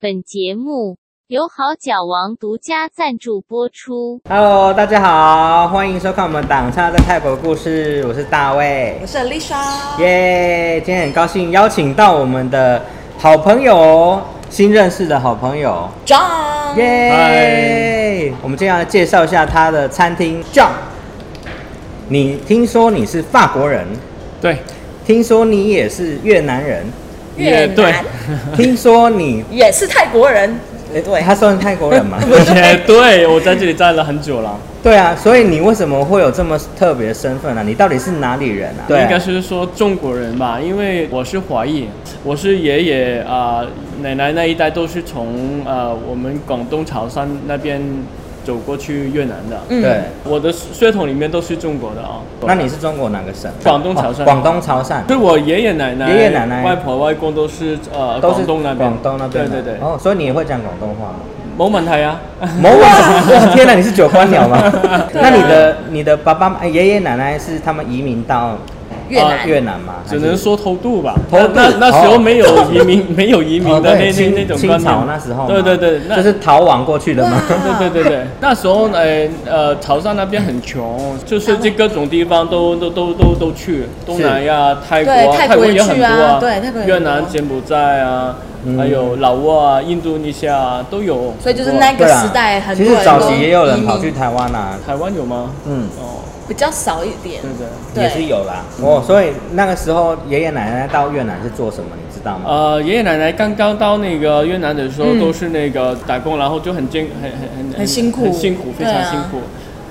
本节目由好脚王独家赞助播出。 Hello，大家好，欢迎收看我们《党差在泰国故事》，我是大卫我，是 Lisa，耶、今天很高兴邀请到我们的好朋友哦，新认识的好朋友， John，耶、我们今天要介绍一下他的餐厅 John。你听说你是法国人，对，听说你也是越南 人，越也对南，听说你也是泰国人，诶他算是泰国 人吗？ 也对，我在这里站了很 久了。对啊，所以你为什么会有这么特别的身份呢、啊？你到底是哪里人啊？应该是说中国人吧，因为我是华裔，我是爷爷啊、奶奶那一代都是从呃我们广东潮汕那边走过去越南的。嗯对。我的血统里面都是中国的啊、那你是中国哪个省？哦广东潮汕广东潮汕是我爷爷奶奶、爷爷奶奶外婆、外公都是呃都是广东那边。广东那边的。对对对，哦，所以你也会讲广东话吗？冇问题啊。某某，哇， 天哪，你是九官鸟 吗？那你的你的爸爸哎爷爷奶奶是他们移民到哦越啊南，越南吗？只能说偷渡吧，偷渡那那那时哦候没有移民， 没有移民哦的对那那清那种清观念朝那时候嘛，对对对，那就是逃亡过去的吗？ 哇对对对对，那时候呃呃，潮汕那边很穷，就是这各种地方都都都都都去，东南亚、泰国、对泰国国也也很去多啊对泰国也越很南、多柬埔寨啊，嗯还有老挝啊、印度尼西亚啊都有。所以就是那个对啊时代很其多实人早都期也有移人民跑去台湾啊，台湾有吗？嗯，哦，比较少一点对，对。也是对，有啦。哦，所以那个时候爷爷奶奶到越南是做什么，你知道吗？呃，爷爷奶奶刚刚到那个越南的时候，嗯都是那个打工，然后就很艰很很很很辛苦很辛苦，非对啊常辛苦。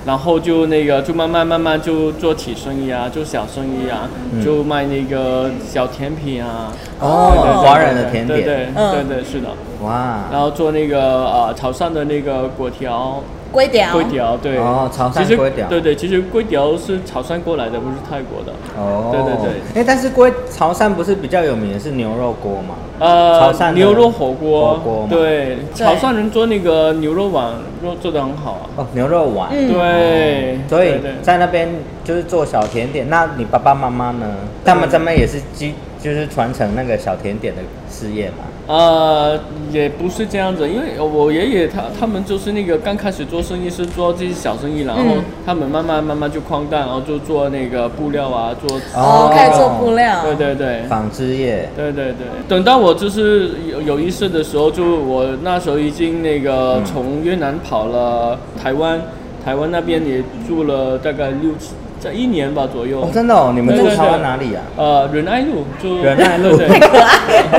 然后就那个，就慢慢慢慢就做起生意啊，就小生意啊，嗯就卖那个小甜品啊，哦对对对华人的甜对对点，嗯对对是的。哇，然后做那个呃潮汕的那个粿条，龟雕，粿条对。哦潮汕其实粿条对对，其实粿条是潮汕过来的，不是泰国的。哦，对对对。哎、但是龟潮汕不是比较有名的是牛肉锅吗？潮呃汕的，牛肉火锅，火锅嘛对，潮汕人做那个牛肉碗肉做的很好啊。哦，牛肉丸。嗯对，哦所以对对在那边就是做小甜点。那你爸爸妈妈呢？嗯他们这边也是基，就是传承那个小甜点的事业嘛。呃也不是这样子，因为我爷爷他他们就是那个刚开始做生意是做这些小生意，然后嗯他们慢慢慢慢就扩大，然后就做那个布料啊，做哦哦，开始做布料，对对对。纺织业。对对对，等到我就是有有意识的时候，就我那时候已经那个嗯从越南跑了台湾，台湾那边也住了大概六七，在一年吧左右。哦，真的哦，你们对住对台湾对哪里啊？呃，仁爱路就仁爱 路对对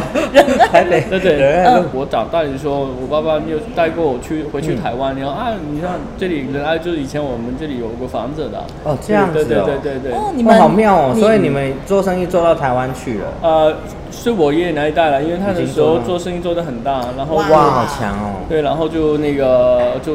台北。 对对仁哦爱路。我长大的时候，我爸爸就带过我去回去台嗯湾，然后啊，你看这里仁爱就是以前我们这里有个房子的。哦，这样子对哦。对对对对。哦，你哇们好妙哦！所以你们做生意做到台湾去了，呃，是我爷爷那一代了，因为他已那经时做候了做生意做得很大，然后哇哇，好强哦！对，然后就那个就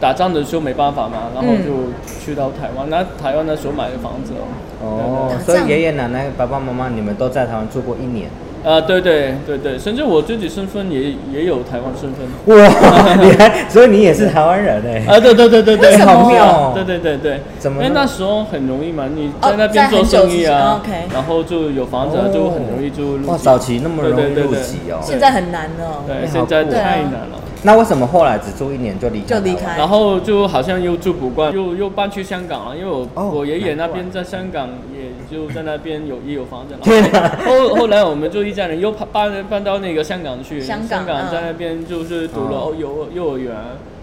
打仗的时候没办法嘛，然后嗯就去到台湾。那台湾那时候买的房子哦，哦，所以爷爷奶奶、爸爸妈妈，你们都在台湾住过一年。啊，对对对对，甚至我自己身份也也有台湾 身份。哇，你还，所以你也是台湾人哎、啊，对对对对为对，什么好妙哦对对对对，怎么因为呢那时候很容易嘛，你哦在那边在很做久生之意前哦啊，OK，然后就有房子啊，就很容易就入哇，籍早期那么容易对对入对对籍哦。现在很难了，对，哎好现在酷哦太难了。那为什么后来只住一年就离开？就离开。然后就好像又住不惯，又又搬去香港了，因为我、哦我爷爷那难怪边在香港，也就在那边有也有房子天了。后后来我们就一家人又搬搬搬到那个香港去，香香港嗯在那边就是读了哦幼幼儿园，呃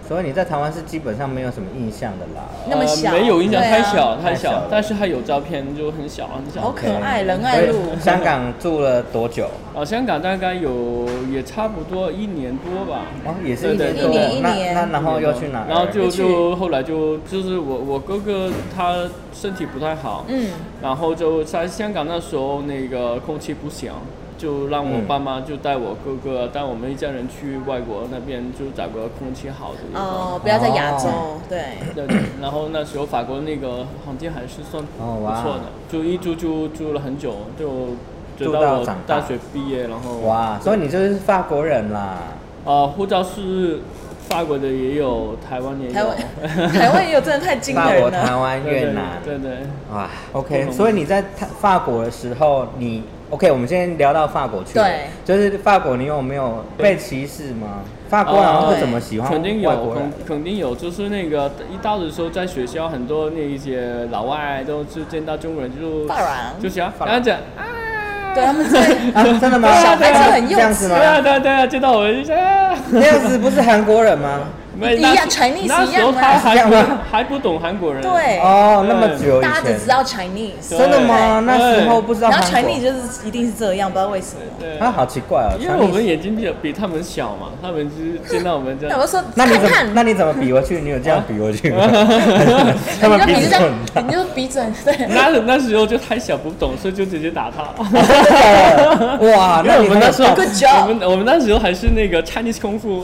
所以你在台湾是基本上没有什么印象的啦。那么小呃、没有印象，对啊太小太太小小了，但是还有照片，就很小啊很小。好 可爱仁爱所以路香港住了多久？啊，香港大概有也差不多一年多吧。哦，也是一年对多。对对一年那一年那然后又去哪儿？然后就又去就后来就就是我我哥哥他身体不太好，嗯，然后就在香港那时候，那个空气不行，就让我嗯爸妈就带我哥哥带我们一家人去外国那边，就找个空气好的地方。哦，不要在亚洲哦， 对，对对，然后那时候法国那个环境还是算不哦哇错的，就一住就住了很久，就住直到到我长大大学毕业，然后哇，所以你就是法国人啦。呃护照是法国的也有，台湾也有，台湾台湾也有真的太惊法国、人啊台了，湾、对越对南。对对。哇不，OK，容易所以你在泰法国的时候，你 OK，我们先聊到法国去了。对就是法国，你有没有被歧视吗？法国啊好像不怎么喜欢肯定外有，国人肯。肯定有，就是那个一到的时候，在学校很多那一些老外都是见到中国人就当然就想当跟然他讲，对他们在 啊，真的吗？小孩子很幼稚这样子对啊吗？对啊对啊，见到我就想，啊 那样子不是韩国人吗？没一样那时 Chinese 那时候一样啊他一还样不吗还不懂韩国人，对哦，那么久以大家只前知，道 Chinese，对真的吗？那时候不知道然后韩国。Chinese 就是一定是这样，不知道为什么。对啊，好奇怪哦。因为我们 Chinese 眼睛比较比他们小嘛，他们就是见到我们这那样 我，就说那你看怎么看，那你怎么比回去？你有这样比回去吗？他你们鼻子就鼻子就在很大，你。就鼻子很对，那那时候就太小不懂事，就直接打他。真的假的哇，因那为我你很们那时候，有 Good job 我们我们那时候还是那个 Chinese 功夫。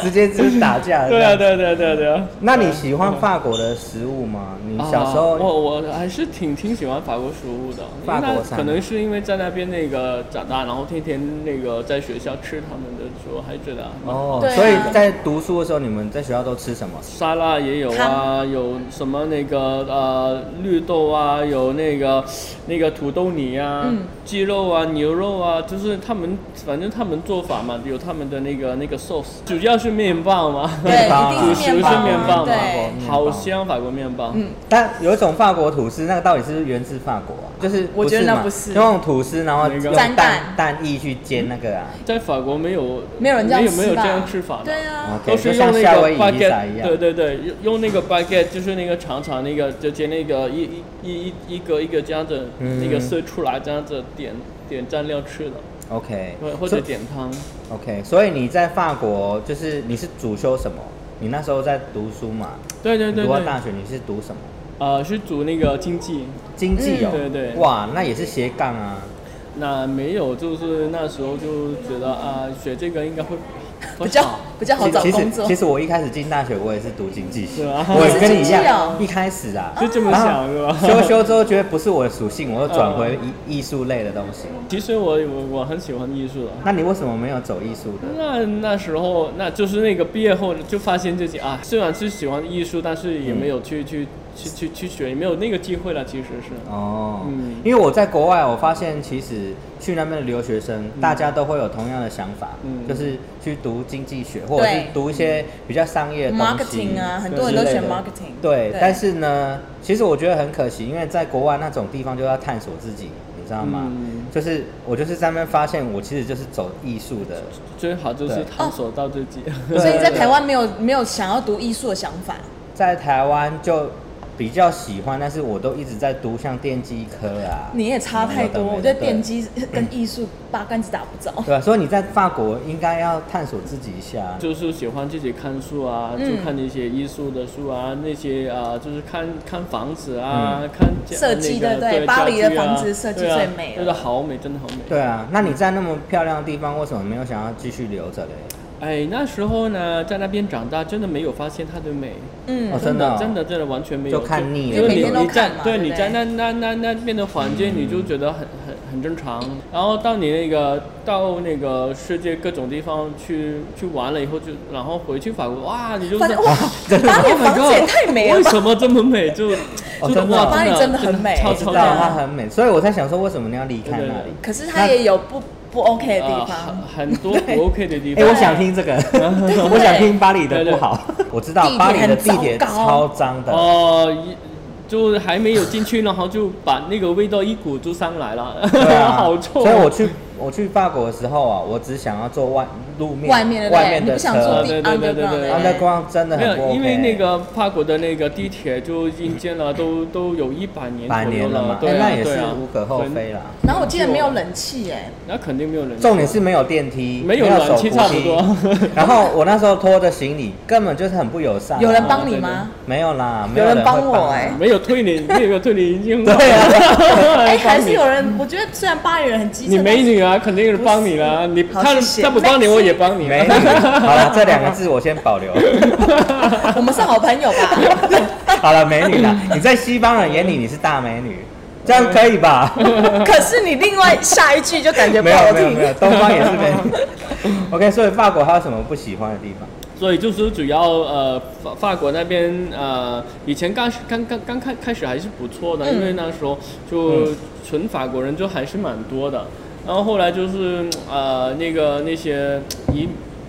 直接就是打架。 对啊，。对啊对啊对啊对啊。那你喜欢法国的食物吗？你小时候啊我我还是挺挺喜欢法国食物的，法国因为那餐可能是因为在那边那个长大，然后天天那个在学校吃他们的时候，还觉得啊哦对，啊所以在读书的时候，你们在学校都吃什么？沙拉也有啊，有什么那个呃绿豆啊，有那个那个土豆泥啊，嗯鸡肉啊，牛肉啊，就是他们反正他们做法嘛，有他们的那个那个 sauce，主要是面包嘛，对，包一定主是食是面包啊，面包嘛对，面，包好香法国面包，嗯但有一种法国吐司，那个到底是不是源自法国啊？就是我觉得嘛那不是那种吐司，然后那个用沾蛋蛋蛋液去煎那个啊。在法国没有没有人这样没有没吃有吧这样吃法的，对啊， OK，都哦是就用像那夏个威夷披萨 baguette，一对样。对对，用用那个 baguette，就是那个长长那个，就接那个一一一一一个一个这样子，嗯那个碎出来这样子点点蘸料吃的， OK，或或所者点汤。 OK，所以你在法国就是你是主修什么？你那时候在读书嘛？对对对你读到对，大学你是读什么？呃，是煮那个经济，经济哦。嗯对对哇，那也是斜杠啊。那没有，就是那时候就觉得啊，学这个应该会比会较好。比较好找其实工其作实其。实我一开始进大学我也是读经济系，是吗我也跟你一 你是经济哦样，一开始啊。啊是这么想是吧？嗯修修之后觉得不是我的属性，我又转回艺艺术类的东西。其实我我我很喜欢艺术的，那你为什么没有走艺术的？那那时候，那就是那个毕业后就发现自己啊，虽然是喜欢艺术，但是也没有去、去去去去学，也没有那个机会了。其实是，哦，嗯因为我在国外，我发现其实去那边的留学生，大家都会有同样的想法，嗯就是去读经济学，或者是对读一些比较商业的东西 marketing 啊，很多人之都类选的 marketing。对，但是呢，其实我觉得很可惜，因为在国外那种地方就要探索自己，你知道吗？嗯就是我就是在那边发现，我其实就是走艺术的。最好就是探索到自己。 对所以你在对台湾没有没有想要读艺术的想法，在台湾就比较喜欢，但是我都一直在读像电机科啊。你也差太什多。么有的没的我觉得对电机跟艺术八竿子打不着。对啊，所以你在法国应该要探索自己一下。就是喜欢自己看书啊，嗯就看一些艺术的书啊，那些啊、就是看看房子啊，看家嗯设计那的个对对巴黎家的具啊房子设计对啊最美了真的好美，真的好美。对啊，那你在那么漂亮的地方，为什么没有想要继续留着嘞？哎，那时候呢，在那边长大，真的没有发现它的美。哦嗯，真的哦真的真的完全没有，就看腻了就就每你天都你在看嘛对对不你对在那那那那边的环境，你就觉得很很很正常。然后到你那个到那个世界各种地方去去玩了以后就，然后回去法国，哇，你就反是正哇，巴黎 Oh my 房子也 God，太美了为吧！什么这么美？就就真的哇哦真巴黎真的很美我超我知超道赞它很美，所以我在想说，为什么你要离开对对那里？可是它也有不不 OK 的地啊方，很很多不 OK 的地哎、我方。想听这个， 我想听巴黎的不好。我知道地铁巴黎的很地糟铁糕超脏的，哦。一就还没有进去，然后就把那个味道一股就上来了，对啊， 好臭。所以我去我去法国的时候啊，我只想要坐外路面外面的外面你的不想车坐住地对对对对对 underground 对的然后那光真的没很不有， OK。因为那个法国的那个地 铁就引进了，都都有一百年百左右年了嘛，哎对啊，那也对是啊无可厚非啦。然后我记得没有冷气耶，那肯定没有人。重点是没有电梯，没有手暖扶气，梯差不多。 然后我那时候拖着行李，根本就是很不友善啊。有人帮你啊吗？没有啦，没有人人帮会我哎没有退你，没有退你已 经对啊哎，还是有人。我觉得虽然巴黎人很机车，你美女啊，肯定有人帮你啦。你好他谢谢他不帮你，我也帮你。啊没 有。好了，这两个字我先保留。但是我们是好朋友吧？好了，美女 啦，你在西方人眼里你是大美女，这样可以吧？嗯可是你另外下一句就感觉不没好有没有没有，听。 东方也是美女。OK，所以法国还有什么不喜欢的地方？所以就是主要呃法法国那边呃以前刚刚刚刚开开始还是不错嗯的，因为那时候就纯法国人就还是蛮多的，然后后来就是呃那个那些移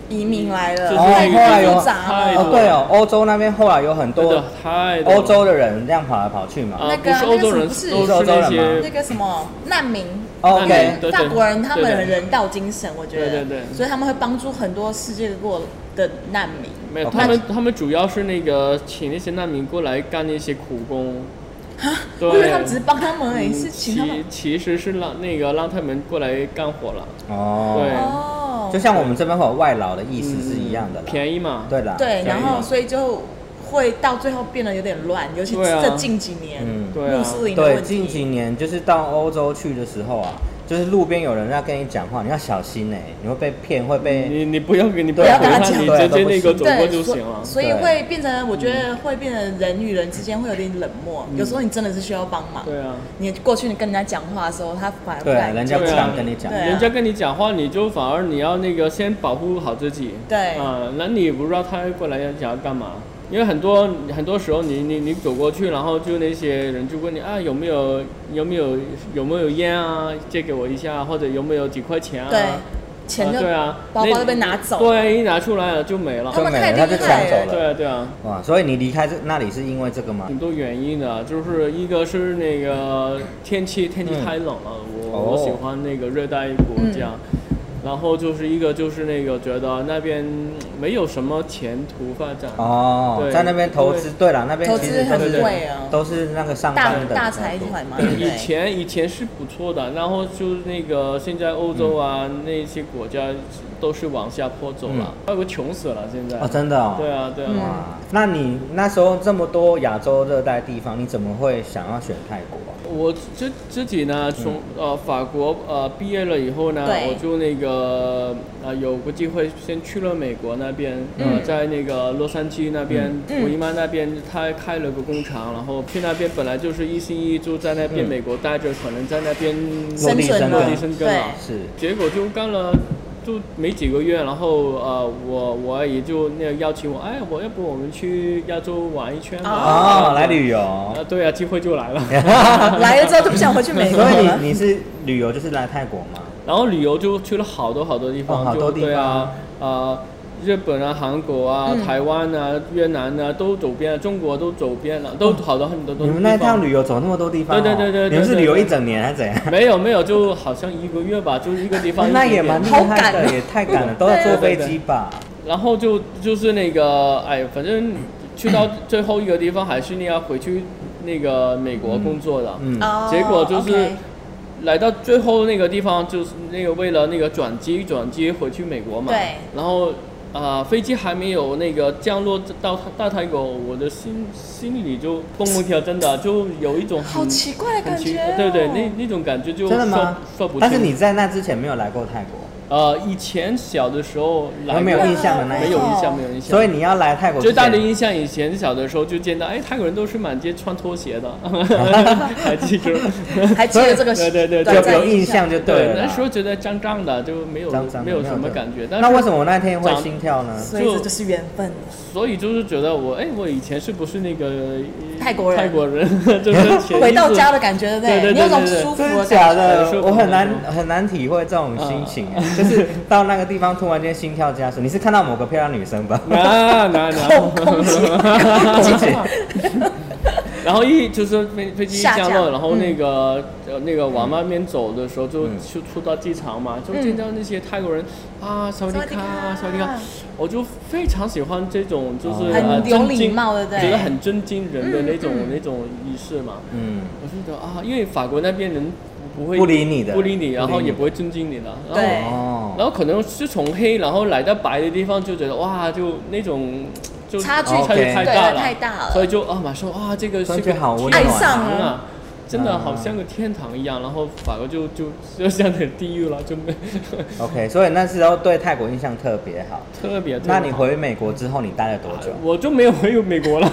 移民来了，就是哦太后来有复杂太了。哦，对哦，欧洲那边后来有很真嗯的多太多了欧洲的人这样跑来跑去嘛。啊、那不个是欧洲人，那个什么不都是是欧洲人那吗些那个什么难民，那你哦 OK，对对法国人他们很对对人道精神，我觉得，对对对所以他们会帮助很多世界各国的难民。没有， OK 他们他们主要是那个请那些难民过来干那些苦工，对我以为他们只是帮他们而已，嗯是请他们其。其实是让那个让他们过来干活了，哦，对哦，就像我们这边会有外劳的意思是一样的嗯啦。便宜嘛，对啦，对，便宜啊然后嘛所以就会到最后变得有点乱，尤其对啊这近几年，嗯对啊穆，斯林的对，问题。近几年就是到欧洲去的时候啊，就是路边有人在跟你讲话，你要小心哎、你会被骗，会被你你不要给你对啊回不要他，跟他你讲直接那对个走过对，就所行了。嗯所以对会变成，我觉得会变成人与人之间会有点冷漠。有时候你真的是需要帮忙。对啊，你过去你跟人家讲话的时候，他反而不对，敢人家不对啊想跟你讲。对啊人家跟你讲话，你就反而你要那个先保护好自己。对啊、那你也不知道他过来想要干嘛？因为很多很多时候你，你你走过去，然后就那些人就问你啊，有没有有没有有没有烟啊？借给我一下，或者有没有几块钱啊？对，钱啊就对啊，包那包就被拿走。对，一拿出来了就没了哦他。们就没太了厉他就害抢走了了对啊，嗯对啊。哇，所以你离开这那里是因为这个吗？挺多原因的，就是一个是那个天气，天气太冷了，我、嗯哦嗯我喜欢那个热带国家。然后就是一个就是那个觉得那边没有什么前途发展，哦对，在那边投资，对啦，那边投其资实都很是贵啊都是那个上大班的大财团嘛，对不啊以对？前以前是不错的，然后就是那个现在欧洲啊、嗯那些国家都是往下坡走了，外国穷死了现在。哦，嗯真的哦。对啊对啊，哇，那你那时候这么多亚洲热带地方，你怎么会想要选泰国啊？我自自己呢，嗯从呃法国呃毕业了以后呢，对我就那个呃有个机会先去了美国那边，呃在那个洛杉矶那边，嗯我姨妈那边她开了个工厂，然后去那边本来就是一心一意就在那边嗯美国待着，可能在那边生存落嘛地生根对啊，是结果就干了。就没几个月，然后呃，我我也就那个邀请我，哎，我要不我们去亚洲玩一圈吧？哦，来游。旅游。啊，对啊，机会就来 了。来了之后就不想回去哎美国所以了。你你是旅游就是来泰国吗？然后旅游就去了好多好多地方，哦好多就地方嗯对啊，呃，日本啊、韩国啊、台湾啊、越南啊都走遍了，中国都走遍了，都好多很多多哦你地方。们那一趟旅游走那么多地方哦、对对对对对你们是旅游一整年还是怎样？没有没有，就好像一个月吧，就一个地方。哦一个 那地也方蛮厉好害赶的，哦也太赶了，都要坐飞机吧？然后就就是那个，哎，反正去到最后一个地方还是你要回去那个美国工作的。嗯，哦结果就是嗯 OK 来到最后那个地方，就是那个为了那个转机转机回去美国嘛。对。然后啊、呃飞机还没有那个降落到大泰国，我的心心里就蹦蹦跳，真的啊就有一种很好奇怪的很感奇觉哦。对对，那那种感觉就真的说吗说不清。但是你在那之前没有来过泰国，呃，以前小的时候来过没有印象的那一没有印象，种没有印象。所以你要来泰国之最前大的印象，以前小的时候就见到，哎，泰国人都是满街穿拖 鞋的，还记住。还记得这个对对对就短有暂有印象就对，了那啦。时候觉得脏脏的，就没有脏脏的没有什么感觉。但是那为什么我那天会心跳呢？所以这就是缘分。所以就是觉得我，哎，我以前是不是那个 泰国人泰 国人就是潜意识回到家的感觉，对不对对对你有种对对舒服真的的感假觉。很的舒？服我很难很舒很难体会这种心情，嗯就是到那个地方突然间心跳加速。你是看到某个漂亮女生 吧？那那空那，空气， 然后一就是飞飞机一下降落，降嗯然后那个、呃那个往那边走的时候嗯就，就出到机场嘛，就见到那些泰国人、啊，小迪卡啊，嗯萨小瓦迪迪卡卡，我就非常喜欢这种就哦是、呃很有震礼惊貌的对嗯觉得很震惊人的那种、那种仪式嘛。嗯，我是觉得啊，因为法国那边人不会不理你的不理你，然不后理你也不会尊敬你的，然后对哦，然后可能是从黑然后来到白的地方就觉得哇，就那种就差距差距对太大了，太大了所以就啊马上啊这个感是觉个好温天暖爱上堂了。啊，真的好像个天堂一样，然后法国就就就像个地狱了，就没 OK，所以那时候对泰国印象特别好。特别。那你回美国之后，你待了多久？哦我就没有回美国 了。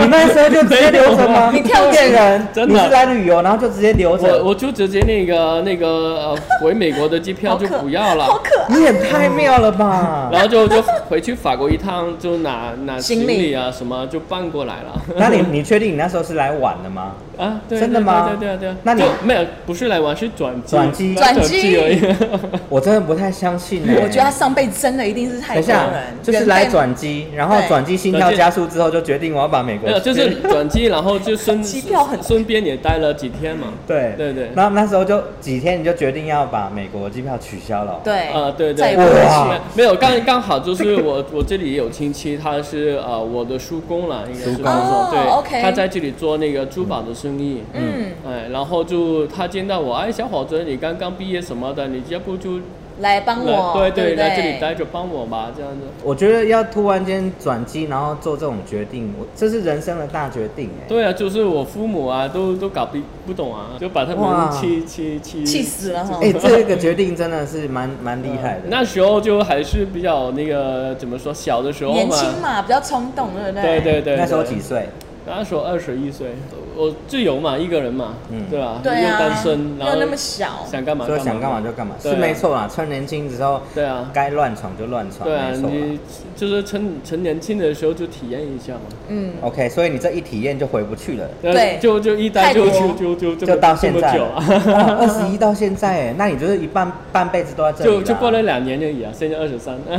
你那时候就直接留着吗？ 没有啊骗人，真你的是来旅游，然后就直接留我着。我就直接那个那个呃回美国的机票就不要了，好可爱。你也太妙了吧！ 然后就就回去法国一趟，就拿拿行李行李啊什么就搬过来 了。 那你你确定你那时候是来晚的吗？啊，对，真的吗对对对对对那你就没有不是来玩，是转机，转机转而已。我真的不太相信呢。我觉得他上辈子真的一定是泰等一国下人，就是来转机，然后对转机心跳加速之后，就决定我要把美国 没有， 就是转机，然后就顺机票很顺便也待了几天嘛。对对对那那时候就几天，你就决定要把美国机票取消了。，对，呃，对再对，也不没会去有了没有，刚刚好就是我 我这里也有亲戚，他是呃我的叔公了，应该是叔这公么哦说，对 OK 他在这里做那个珠宝的生意，嗯，哎，然后就他见到我，哎，小伙子，你刚刚毕业什么的，你要不就来帮我，来对对不来这里待着帮我吧，这样子。我觉得要突然间转机，然后做这种决定，我这是人生的大决定哎。对啊，就是我父母啊，都都搞不不懂啊，就把他哇们气气气气死了哈！哎、这个决定真的是蛮蛮厉害的。 嗯那时候就还是比较那个怎么说，小的时候年嘛，轻嘛，比较冲动，对不对？对对对，那时候对几岁？那时候二十一岁，我自由嘛，一个人嘛，嗯对吧？对又啊，单身，然又后那么小，想干嘛所干以嘛，想干嘛就干嘛，对啊是没错啦。趁年轻的时候，对啊，该乱闯就乱闯，对啊，没错啦。你就是趁趁年轻的时候就体验一下嘛，嗯， OK，所以你这一体验就回不去了，对就就一待就泰国就就就就就到现在这了 么久啊，，二十一到现在哎，那你就是一半半辈子都在这里就啦就过了两年而已啊，现在二十三， 少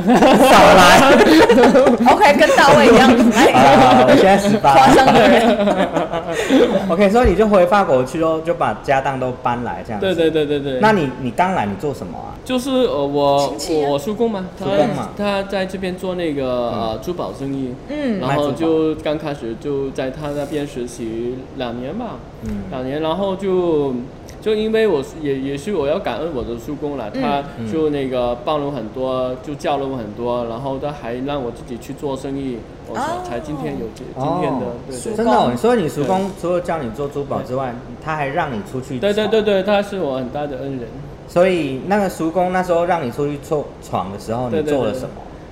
来。 OK，跟大卫一样， 啊，我现在十八。夸张的人， OK，所以你就回法国去喽，就把家当都搬来这样子。对对对对对，那你你刚来你做什么啊？就是呃我亲戚啊我我叔公嘛，他叔公嘛他在这边做那个呃珠宝生意，嗯然后卖珠就刚开始就在他那边实习两年吧，嗯两年，然后就就因为我是也也是我要感恩我的叔公了，嗯他就那个帮了我很多，就教了我很多，然后他还让我自己去做生意，我才哦才今天有这今天的哦对对叔真的哦、所以你叔公除了教你做珠宝之外，他还让你出去。对对对。对，他是我很大的恩人。所以那个叔公那时候让你出去闯闯的时候，你对对对做了什么？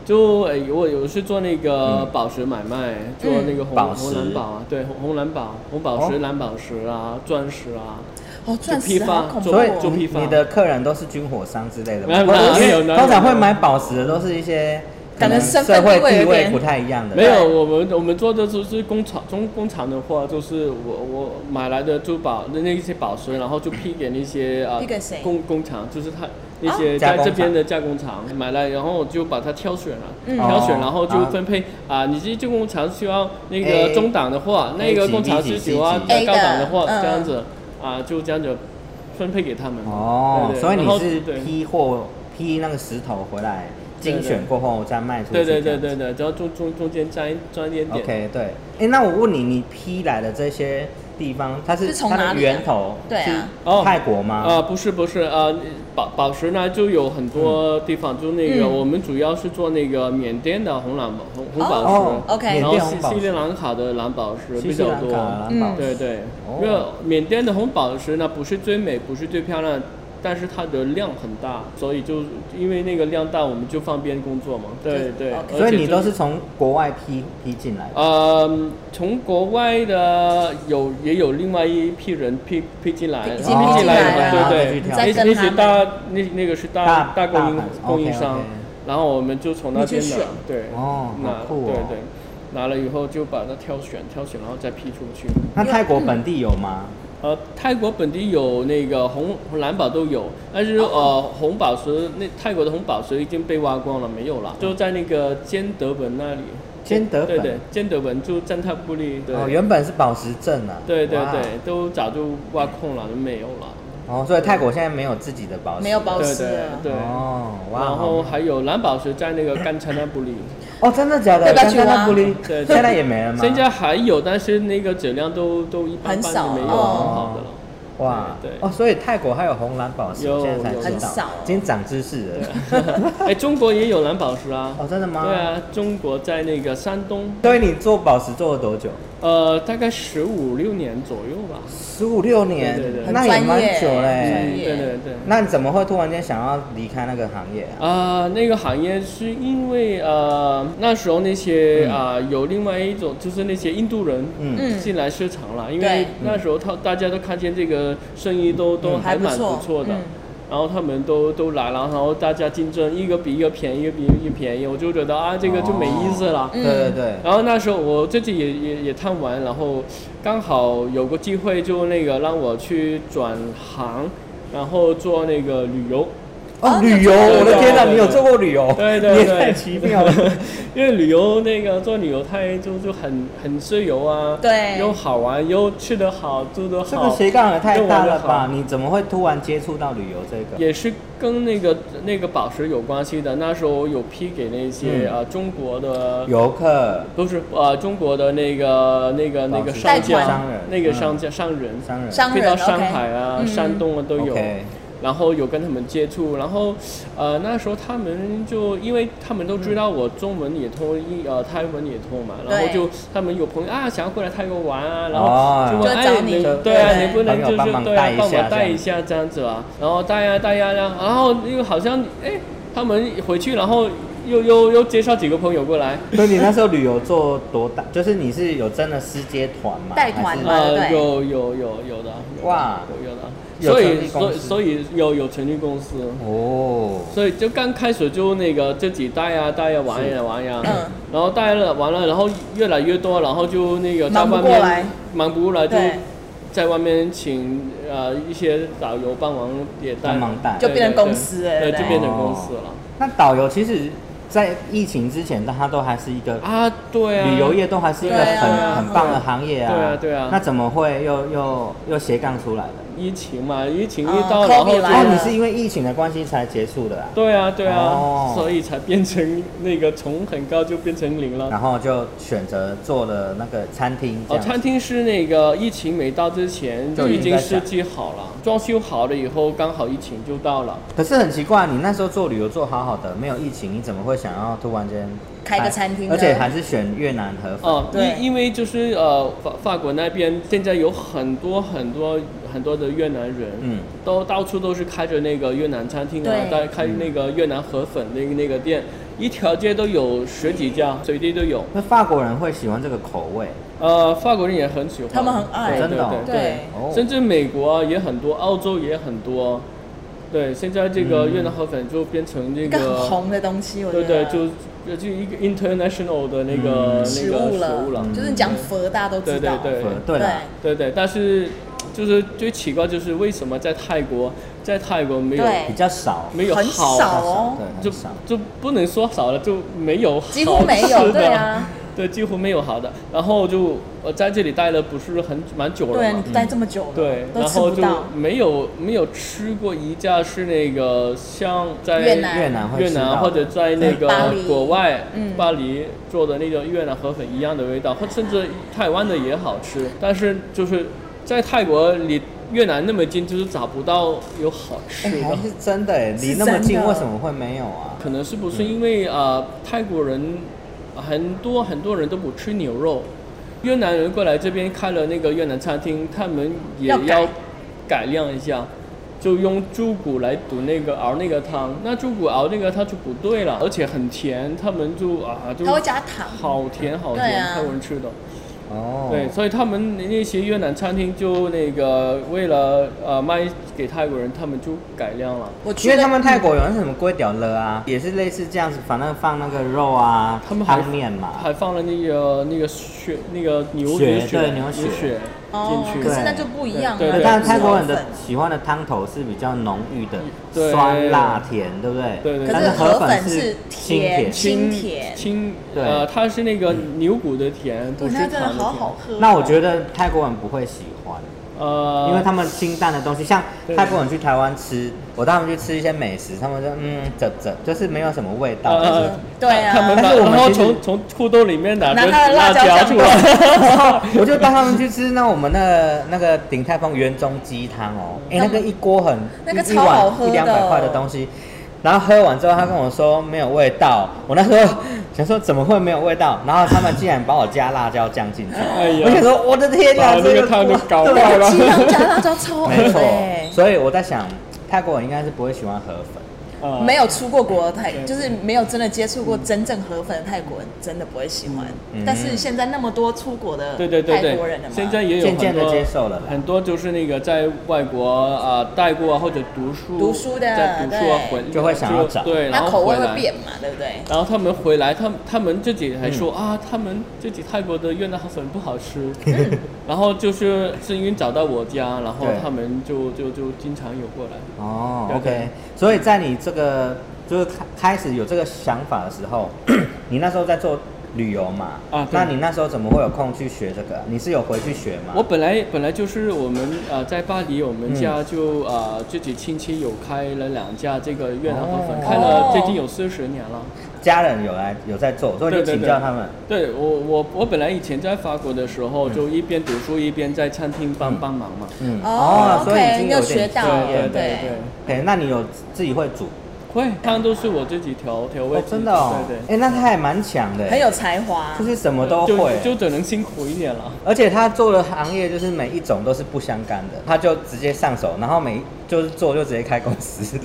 就诶、我有是做那个宝石买卖，做那个红、宝石红蓝宝啊，对红红蓝宝、红宝石、哦蓝宝石啊、钻石啊，哦，钻批石发好恐怖做所以哦，做你批发你的客人都是军火商之类的吗？没有没因有为没有没有通常会买宝石的都是一些可感觉能身社份会地位地有位点不太一样的。没有我们我们做的就是工厂中工厂的话，就是我我买来的珠宝那那一些宝石，然后就批给那些啊、批给谁哦工工厂，就是他那些加在工这厂边的加工厂买来，然后我就把它挑选了，嗯挑选哦然后就啊分配啊、你这这工厂需要那 A 个中档的话，那 A 个级工 B 厂级是 C 喜欢级比较 A 高的档的话，嗯这样子啊，就这样子分配给他们。哦，对对所以然后你是对批货批那个石头回来，对精对选过后再卖出去。对这对对样子对对，只要中中中间沾沾一点点。 OK，对。哎，那我问你，你批来的这些地方，它是是从它哪的里啊源头对啊是哦泰国啊、吗？不是不是啊、宝宝石呢就有很多地方，就那个、嗯我们主要是做那个缅甸的红蓝宝红红宝石、哦，OK 然缅后甸红呃西宝斯里石，兰卡的蓝宝石新比西较兰多。卡蓝宝石。嗯对对哦，因为缅甸的红宝石呢不是最美，不是最漂亮，但是它的量很大，所以就因为那个量大，我们就方便工作嘛。对就对， OK 哦所而且以你就都是从国外批批进来的。呃，从国外的有也有另外一批人批批进来，已经批批进来了了对你对，再那跟那他些们大那那个是大大供应大盘供应 OK，OK 商，然后我们就从那你去边拿选，对，哦拿好酷哦对对，拿了以后就把它挑选挑选，然后再批出去。那泰国本地有吗？呃，泰国本地有那个红蓝宝都有，但是呃，红宝石那泰国的红宝石已经被挖光了，没有了，就在那个坚德文那里。坚德本对对，坚德文就占他布利。对，哦，原本是宝石镇啊。对对哇对，都早就挖空了，就没有了。哦，所以泰国现在没有自己的宝石。没有宝对石对了，对。哦，哇。然后还有蓝宝石在那个甘城那布里，哦，真的假的？要不要刚去刚那挖布林对对现在也没了吗？现在还有，但是那个质量都都一般很般，少就没有哦很好的了。哇，对对哦，所以泰国还有红蓝宝石，有现在才有知很道，少哦今天长知识了。哎，中国也有蓝宝石啊。哦，真的吗？对。啊，中国在那个山东，所以你做宝石做了多久？呃，大概十五六年左右吧。十五六年，对对对那也很专蛮业久专嘞业。对对对。那你怎么会突然间想要离开那个行业啊？啊、那个行业是因为呃那时候那些啊、有另外一种就是那些印度人嗯，嗯进来市场了，因对为那时候他大家都看见这个生意都都嗯还哦不蛮错，错的，嗯然后他们都都来了，然后大家竞争一个比一个便宜，一个比一个便宜，我就觉得啊这个就没意思嗯了。对对对。然后那时候我自己也也也贪玩，然后刚好有个机会就那个让我去转行，然后做那个旅游。哦，哦旅游，对我的天哪，对你有对做过旅游？对对你也对太奇妙了。因为旅游那个做旅游太就就很很自由啊，对又好玩又吃得好住得这个好，斜杠也太大了又玩吧？得好你怎么会突然接触到旅游这个？也是跟那个那个宝石有关系的。那时候有批给那些嗯啊、呃中国的游客、不是呃中国的那个那个那宝个石商贷款家商人，那个嗯商家商人，商人、商飞人到 OK 上海啊、嗯山东啊都有。 OK 然后有跟他们接触，然后，呃，那时候他们就因为他们都知道我中文也通，英呃泰文也通嘛，然后对就他们有朋友啊想要过来泰国玩啊，然哦后就问就哎找你能对对啊，对你不能就朋友帮是忙对带啊一，下帮我这带样一下这样子啊，然后带呀带呀，然后然后又好像哎他们回去，然后又又又介绍几个朋友过来，所以你那时候旅游做多大？就是你是有真的师接团吗？带团还是吗哎对呃，不对有有有有的，有的哇有的，有所成以立所公以司所以有有成立公司，哦，所以就刚开始就那个自己带呀带呀啊玩呀玩呀，嗯然后带了完了，然后越来越多，然后就那个在忙不外过来面忙不过来就对在外面请呃一些导游帮忙也带，帮忙带对就变成对公司了对，对就变成公司了那导游其实，在疫情之前，它都还是一个啊，对啊，旅游业都还是一个对啊很、对啊很棒的行业啊。对啊对啊那怎么会又又又斜杠出来的？疫情嘛，疫情哦一到，然后 COVID 来哦，就了你是因为疫情的关系才结束的啊，啊对啊对哦啊，所以才变成那个从很高就变成零了。然后就选择做了那个餐厅这啊哦，样子。餐厅是那个疫情没到之前就就已已经经在设想计好了，装修好了以后刚好疫情就到了。可是很奇怪，你那时候做旅游做好好的，没有疫情，你怎么会想要突然间开个餐厅呢而且还是选越南河粉。哦、对因因为就是呃法法国那边现在有很多很多很多的越南人，嗯，都到处都是开着那个越南餐厅啊，对在开那个越南河粉那个那个店，一条街都有十几家，随地都有。那法国人会喜欢这个口味呃，法国人也很喜欢，他们很爱对真的哦对对对对哦，甚至美国啊也很多，澳洲也很多。对，现在这个越南河粉就变成这一个个，很红的东西，我觉对得对，就就就一个 international 的那个、那个食食物物了了，，就是你讲佛，大家都知道，对对粉。对对了，对对，但是就是最奇怪就是为什么在泰国，在泰国没有对比较少，没有很好少哦对，就很少。就不能说少了，就没有好 几乎没吃的有，对啊，对，几乎没有好的。然后就我在这里待了不是很蛮久对了啊，嘛你，待这么久了，对，都然吃后不就到，没有没有吃过一家是那个像在越南越南会越吃到南啊或者在那个巴黎国外嗯巴黎做的那种越南河粉一样的味道，或甚至台湾的也好吃，但是就是在泰国离越南那么近，就是找不到有好吃哎的还。是真的哎，是离那么近真的为什么会没有啊？可能是不是因为呃泰国人很多很多人都不吃牛肉，越南人过来这边开了那个越南餐厅，他们也要改要改良一下，就用猪骨来煮那个熬那个汤，那猪骨熬那个汤就不对了，而且很甜，他们就啊就它会加糖，好甜好对甜，啊泰国人吃的。哦，对，所以他们那些越南餐厅就那个为了呃卖给泰国人，他们就改良了。我去因为了他们泰国有那什么龟屌了啊，也是类似这样子，反正放那个肉啊，他们还汤面嘛，还放了那个那个血那个牛血牛血对牛血血哦进去，可对是那就不一样对了对，呃但是泰国有人的粉喜欢的汤头是比较浓郁的，嗯对酸辣甜，对不对？对对对但可是河河粉是是清甜甜。清清甜清对嗯呃，它是那个牛骨的甜，不对，是那糖真的的好好甜。喝哦，那我觉得泰国人不会喜欢，呃，因为他们清淡的东西，像对泰国人去台湾吃，我带他们去吃一些美食，他们说嗯，这这就是没有什么味道，但是呃对啊他们把但是我们然后其实从从裤兜里面拿拿着他的辣辣椒椒酱出 来，我就带他们去吃那我们那个那个鼎泰丰原盅鸡汤哦，哎、那个一锅很嗯那个一超好喝一碗一两的百块的东西，然后喝完之后他跟我说没有味道，我那时候想说怎么会没有味道，然后他们竟然帮我加辣椒酱进去，哎呀我想说我的天把呀、那这个汤就搞对坏 了鸡汤加辣椒超好没的错欸，所以我在想泰国人应该是不会喜欢河粉。呃欸没有出过国的泰，对就是没有真的接触过真正河粉的泰国人，真的不会喜欢。嗯但是现在那么多出国的对对对泰对国人了，嘛，现在也有很渐渐地多接受了啦很多就是那个在外国啊、呃带过啊或者读书读书的在读书啊对回就会想要找对，然那后口味回来会变嘛，对不对？然后他们回来，他们他们自己还嗯说、啊，他们自己泰国的越南河粉不好吃。 然后就是是因为找到我家，然后嗯对他们就就就经常有过来。哦对对，OK，所以在你这个就是开开始有这个想法的时候， 你那时候在做旅游嘛？啊对那你那时候怎么会有空去学这个？你是有回去学吗？我本来本来就是我们呃在巴黎，我们嗯家就、呃自己亲戚有开了两家这个越南河粉，哦开了最近有四十年了。家人有来有在做，所以就对对请对教他们。对我我我本来以前在法国的时候，就一边读书一边在餐厅帮帮忙嘛。嗯，哦所以已 OK，经你有有点学到经验对了对对对， OK，那你有自己会煮？会汤都是我自己调调味哦自，己。真的哦。对对。哎，那他还蛮强的。很有。才华就，是什么都会。就就只能辛苦一点了。而且他做的行业就是每一种都是不相干的，他就直接上手，然后每一就是做就直接开公司。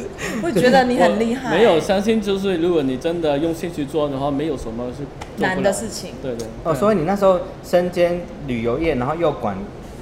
会觉得你很厉害。没有，相信就是如果你真的用心去做的话，没有什么是做不了难的事情对对。啊哦，所以你那时候身兼旅游业，然后又管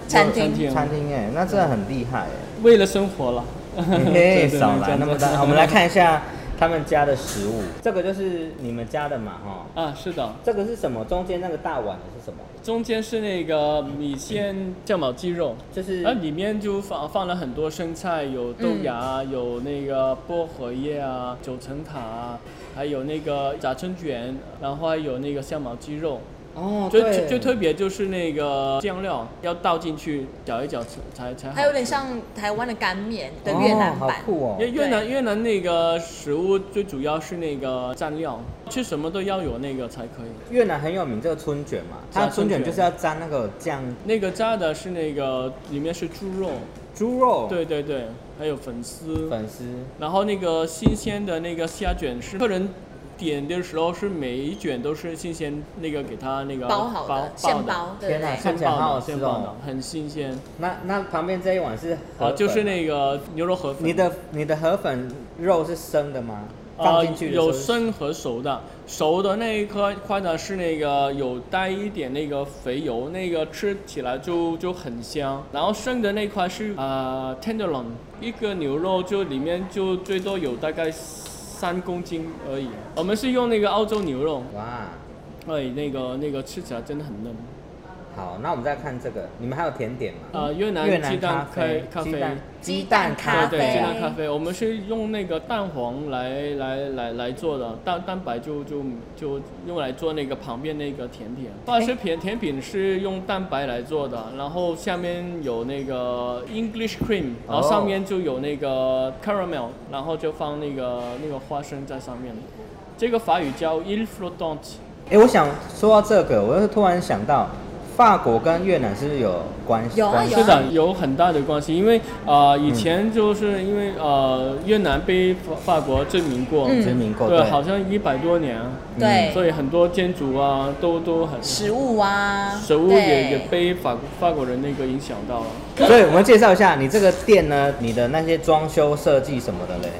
餐餐厅厅餐厅，哎，那真的很厉害哎。为了生活了。嘿， 对对少对来真那的么大。我们来看一下他们家的食物，这个就是你们家的嘛，哈。啊，是的，这个是什么？中间那个大碗的是什么？中间是那个米线酱煲鸡肉。啊就是那里面就放放了很多生菜，有豆芽啊、嗯有那个薄荷叶啊、九层塔啊，还有那个炸春卷，然后还有那个香茅鸡肉。哦，最对最最特别就是那个酱料要倒进去搅一搅才才好吃。它有点像台湾的干面的越南哦好版，酷哦因。为越南对越南那个食物最主要是那个蘸料，吃什么都要有那个才可以。越南很有名这个春卷嘛，它是啊的春卷春卷就是要沾那个酱那个炸的是那个里面是猪肉，猪哦肉，，对对对，还有粉丝，粉丝，然后那个新鲜的那个虾卷是客人点的时候是每一卷都是新鲜那个给他那个包好包的现包包，对天不哪对？看起来包好好的吃现包的哦，很新鲜。那那旁边这一碗是河啊，粉就是那个牛肉河粉。你的你的河粉肉是生的吗？呃放进去，的时候有是生和熟的，熟的那一颗块呢是那个有带一点那个肥油，那个吃起来就就很香。然后生的那块是呃 tenderloin，一个牛肉就里面就最多有大概三公斤而已。我们是用那个澳洲牛肉，哇，哎，那个那个吃起来真的很嫩。好，那我们再看这个，你们还有甜点吗？呃，越南越鸡南蛋啡，咖鸡啡。蛋鸡蛋咖对啡对，鸡蛋咖啡，我们是用那个蛋黄来来来来做的，蛋蛋白就就就用来做那个旁边那个甜点。法式甜甜品是用蛋白来做的，然后下面有那个 English cream，然哦后上面就有那个 caramel，然后就放那个那个花生在上面。这个法语叫 il flottant，哎、我想说到这个，我又突然想到，法国跟越南是不是有关系？有啊关系有啊是的，有很大的关系，因为呃嗯以前就是因为呃越南被法法国殖民过，嗯殖民过对，好像一百多年啊，对，所以很多建筑啊都都很，食物啊，食物对也也被法法国人那个影响到了。所以我们介绍一下，你这个店呢，你的那些装修设计什么的嘞，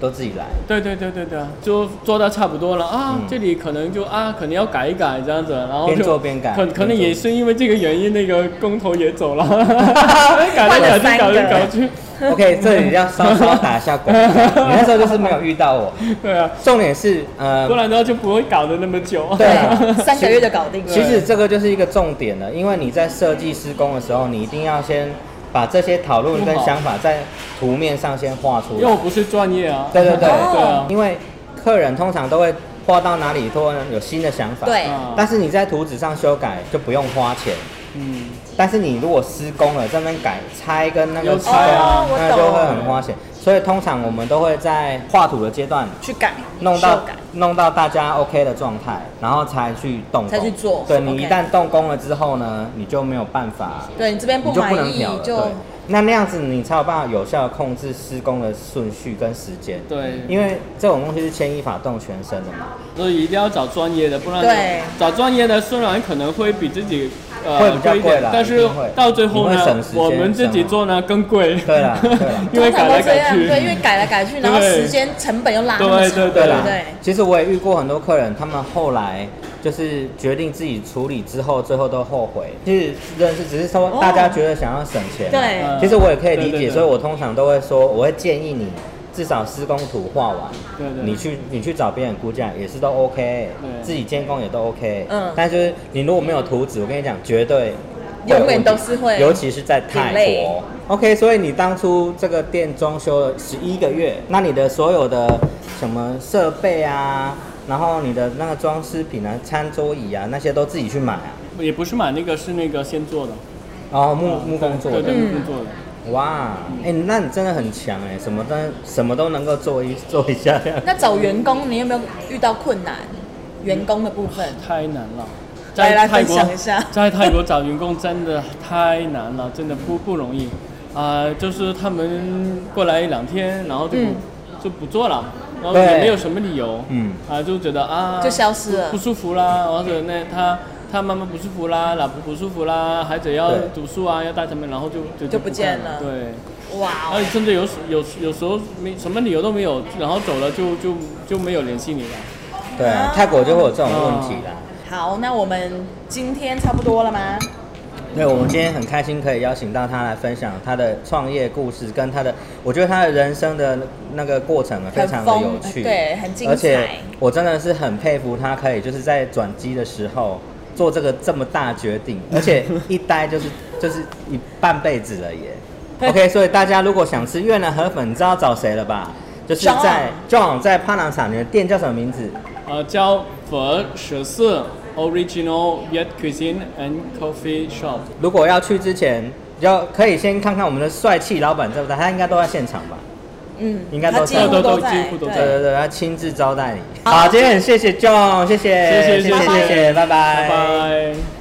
都自己 来。对对对对对，就做到差不多了啊，嗯这里可能就啊，可能要改一改这样子，然后边就做边改可可能也是因为这个原因，那个工头也走了，改换来了改去三改个来改去， OK，这里要稍稍打一下广告，你那时候就是没有遇到我。对啊，重点是，呃不，然的话就不会搞得那么久。对啊，三个月就搞定了。其实这个就是一个重点了，因为你在设计施工的时候，你一定要先把这些讨论跟想法在图面上先画出因为我来。不是专业啊。对对对对啊，因为客人通常都会画到哪里，突然有新的想法。对啊但是你在图纸上修改就不用花钱，嗯，但是你如果施工了，这边改拆跟那个有施差工，哦我那就懂会很花钱。所以通常我们都会在画图的阶段去改，弄到修改，弄到大家 OK 的状态，然后才去动工，才去做对你 OK 一旦动工了之后呢，你就没有办法，对你这边你就满不能意调了。就对，那那样子你才有办法有效的控制施工的顺序跟时间。对因为这种东西是牵一发动全身的嘛，所以一定要找专业的，不然对找专业的虽然可能会比自己呃会比较贵一点贵啦但一是定会到最后你会呢省时，间我们自己做呢更贵。对啦对啦 因为通常改都来这改样，去。对，因为改来改去，然后对时间成本又拉那么对长，对对对啦不对？其实我也遇过很多客人，他们后来就是决定自己处理之后，最后都后悔。就是认识，只是说大家觉得想要省钱嘛，哦其对实我也可以理嗯呃对对解，对所以我通常都会说，我会建议你至少施工图画完，对对你去你去找别人估价也是都 OK，对自己监工也都 OK，嗯但就是你如果没有图纸，我跟你讲，绝对会有永远问题都是会尤其是在泰 delay 国。OK，所以你当初这个店装修了十一个月，那你的所有的什么设备啊，然后你的那个装饰品啊、餐桌椅啊那些都自己去买啊，也不是买那个，是那个先做的，然后木木工做哦的对对，。嗯木工做的。哇，哎、那你真的很强哎、什么都什么都能够做一做一下。那找员工，你有没有遇到困难？员工的部分，太难了。来来在泰分国享一下 在泰国找员工真的太难了，真的不不容易。啊、就是他们过来两天，然后就不、嗯就不做了，然后对也没有什么理由，嗯啊、就觉得啊，就消失了不舒服啦，或者呢，他他妈妈不舒服啦，老婆不舒服啦，孩子要对读书啊，要带他们，然后就就就不见干了对。哇而哦，且甚至有时有时有时候没什么理由都没有，然后走了就就就没有联系你了。对啊，泰国就会有这种问题啦。好，那我们今天差不多了吗？对，我们今天很开心可以邀请到他来分享他的创业故事，跟他的，我觉得他的人生的那个过程啊，非常的有趣，很丰对很精彩而且我真的是很佩服他，可以就是在转机的时候做这个这么大决 定，而且一待就是就是一半辈子了 耶。OK，所以大家如果想吃越南河粉，你知道找谁了吧？就是在 John 在帕朗厂，你的店叫什么名字？呃，叫佛十四 Original Viet Cuisine and Coffee Shop。如果要去之前，要可以先看看我们的帅气老板在不在，他应该都在现场吧。嗯，应该他都几乎在都都在，都几乎都对在对对，他亲自招待你。好好，今天很谢谢 John，谢谢，谢谢谢，谢谢谢哎谢谢，拜拜，拜拜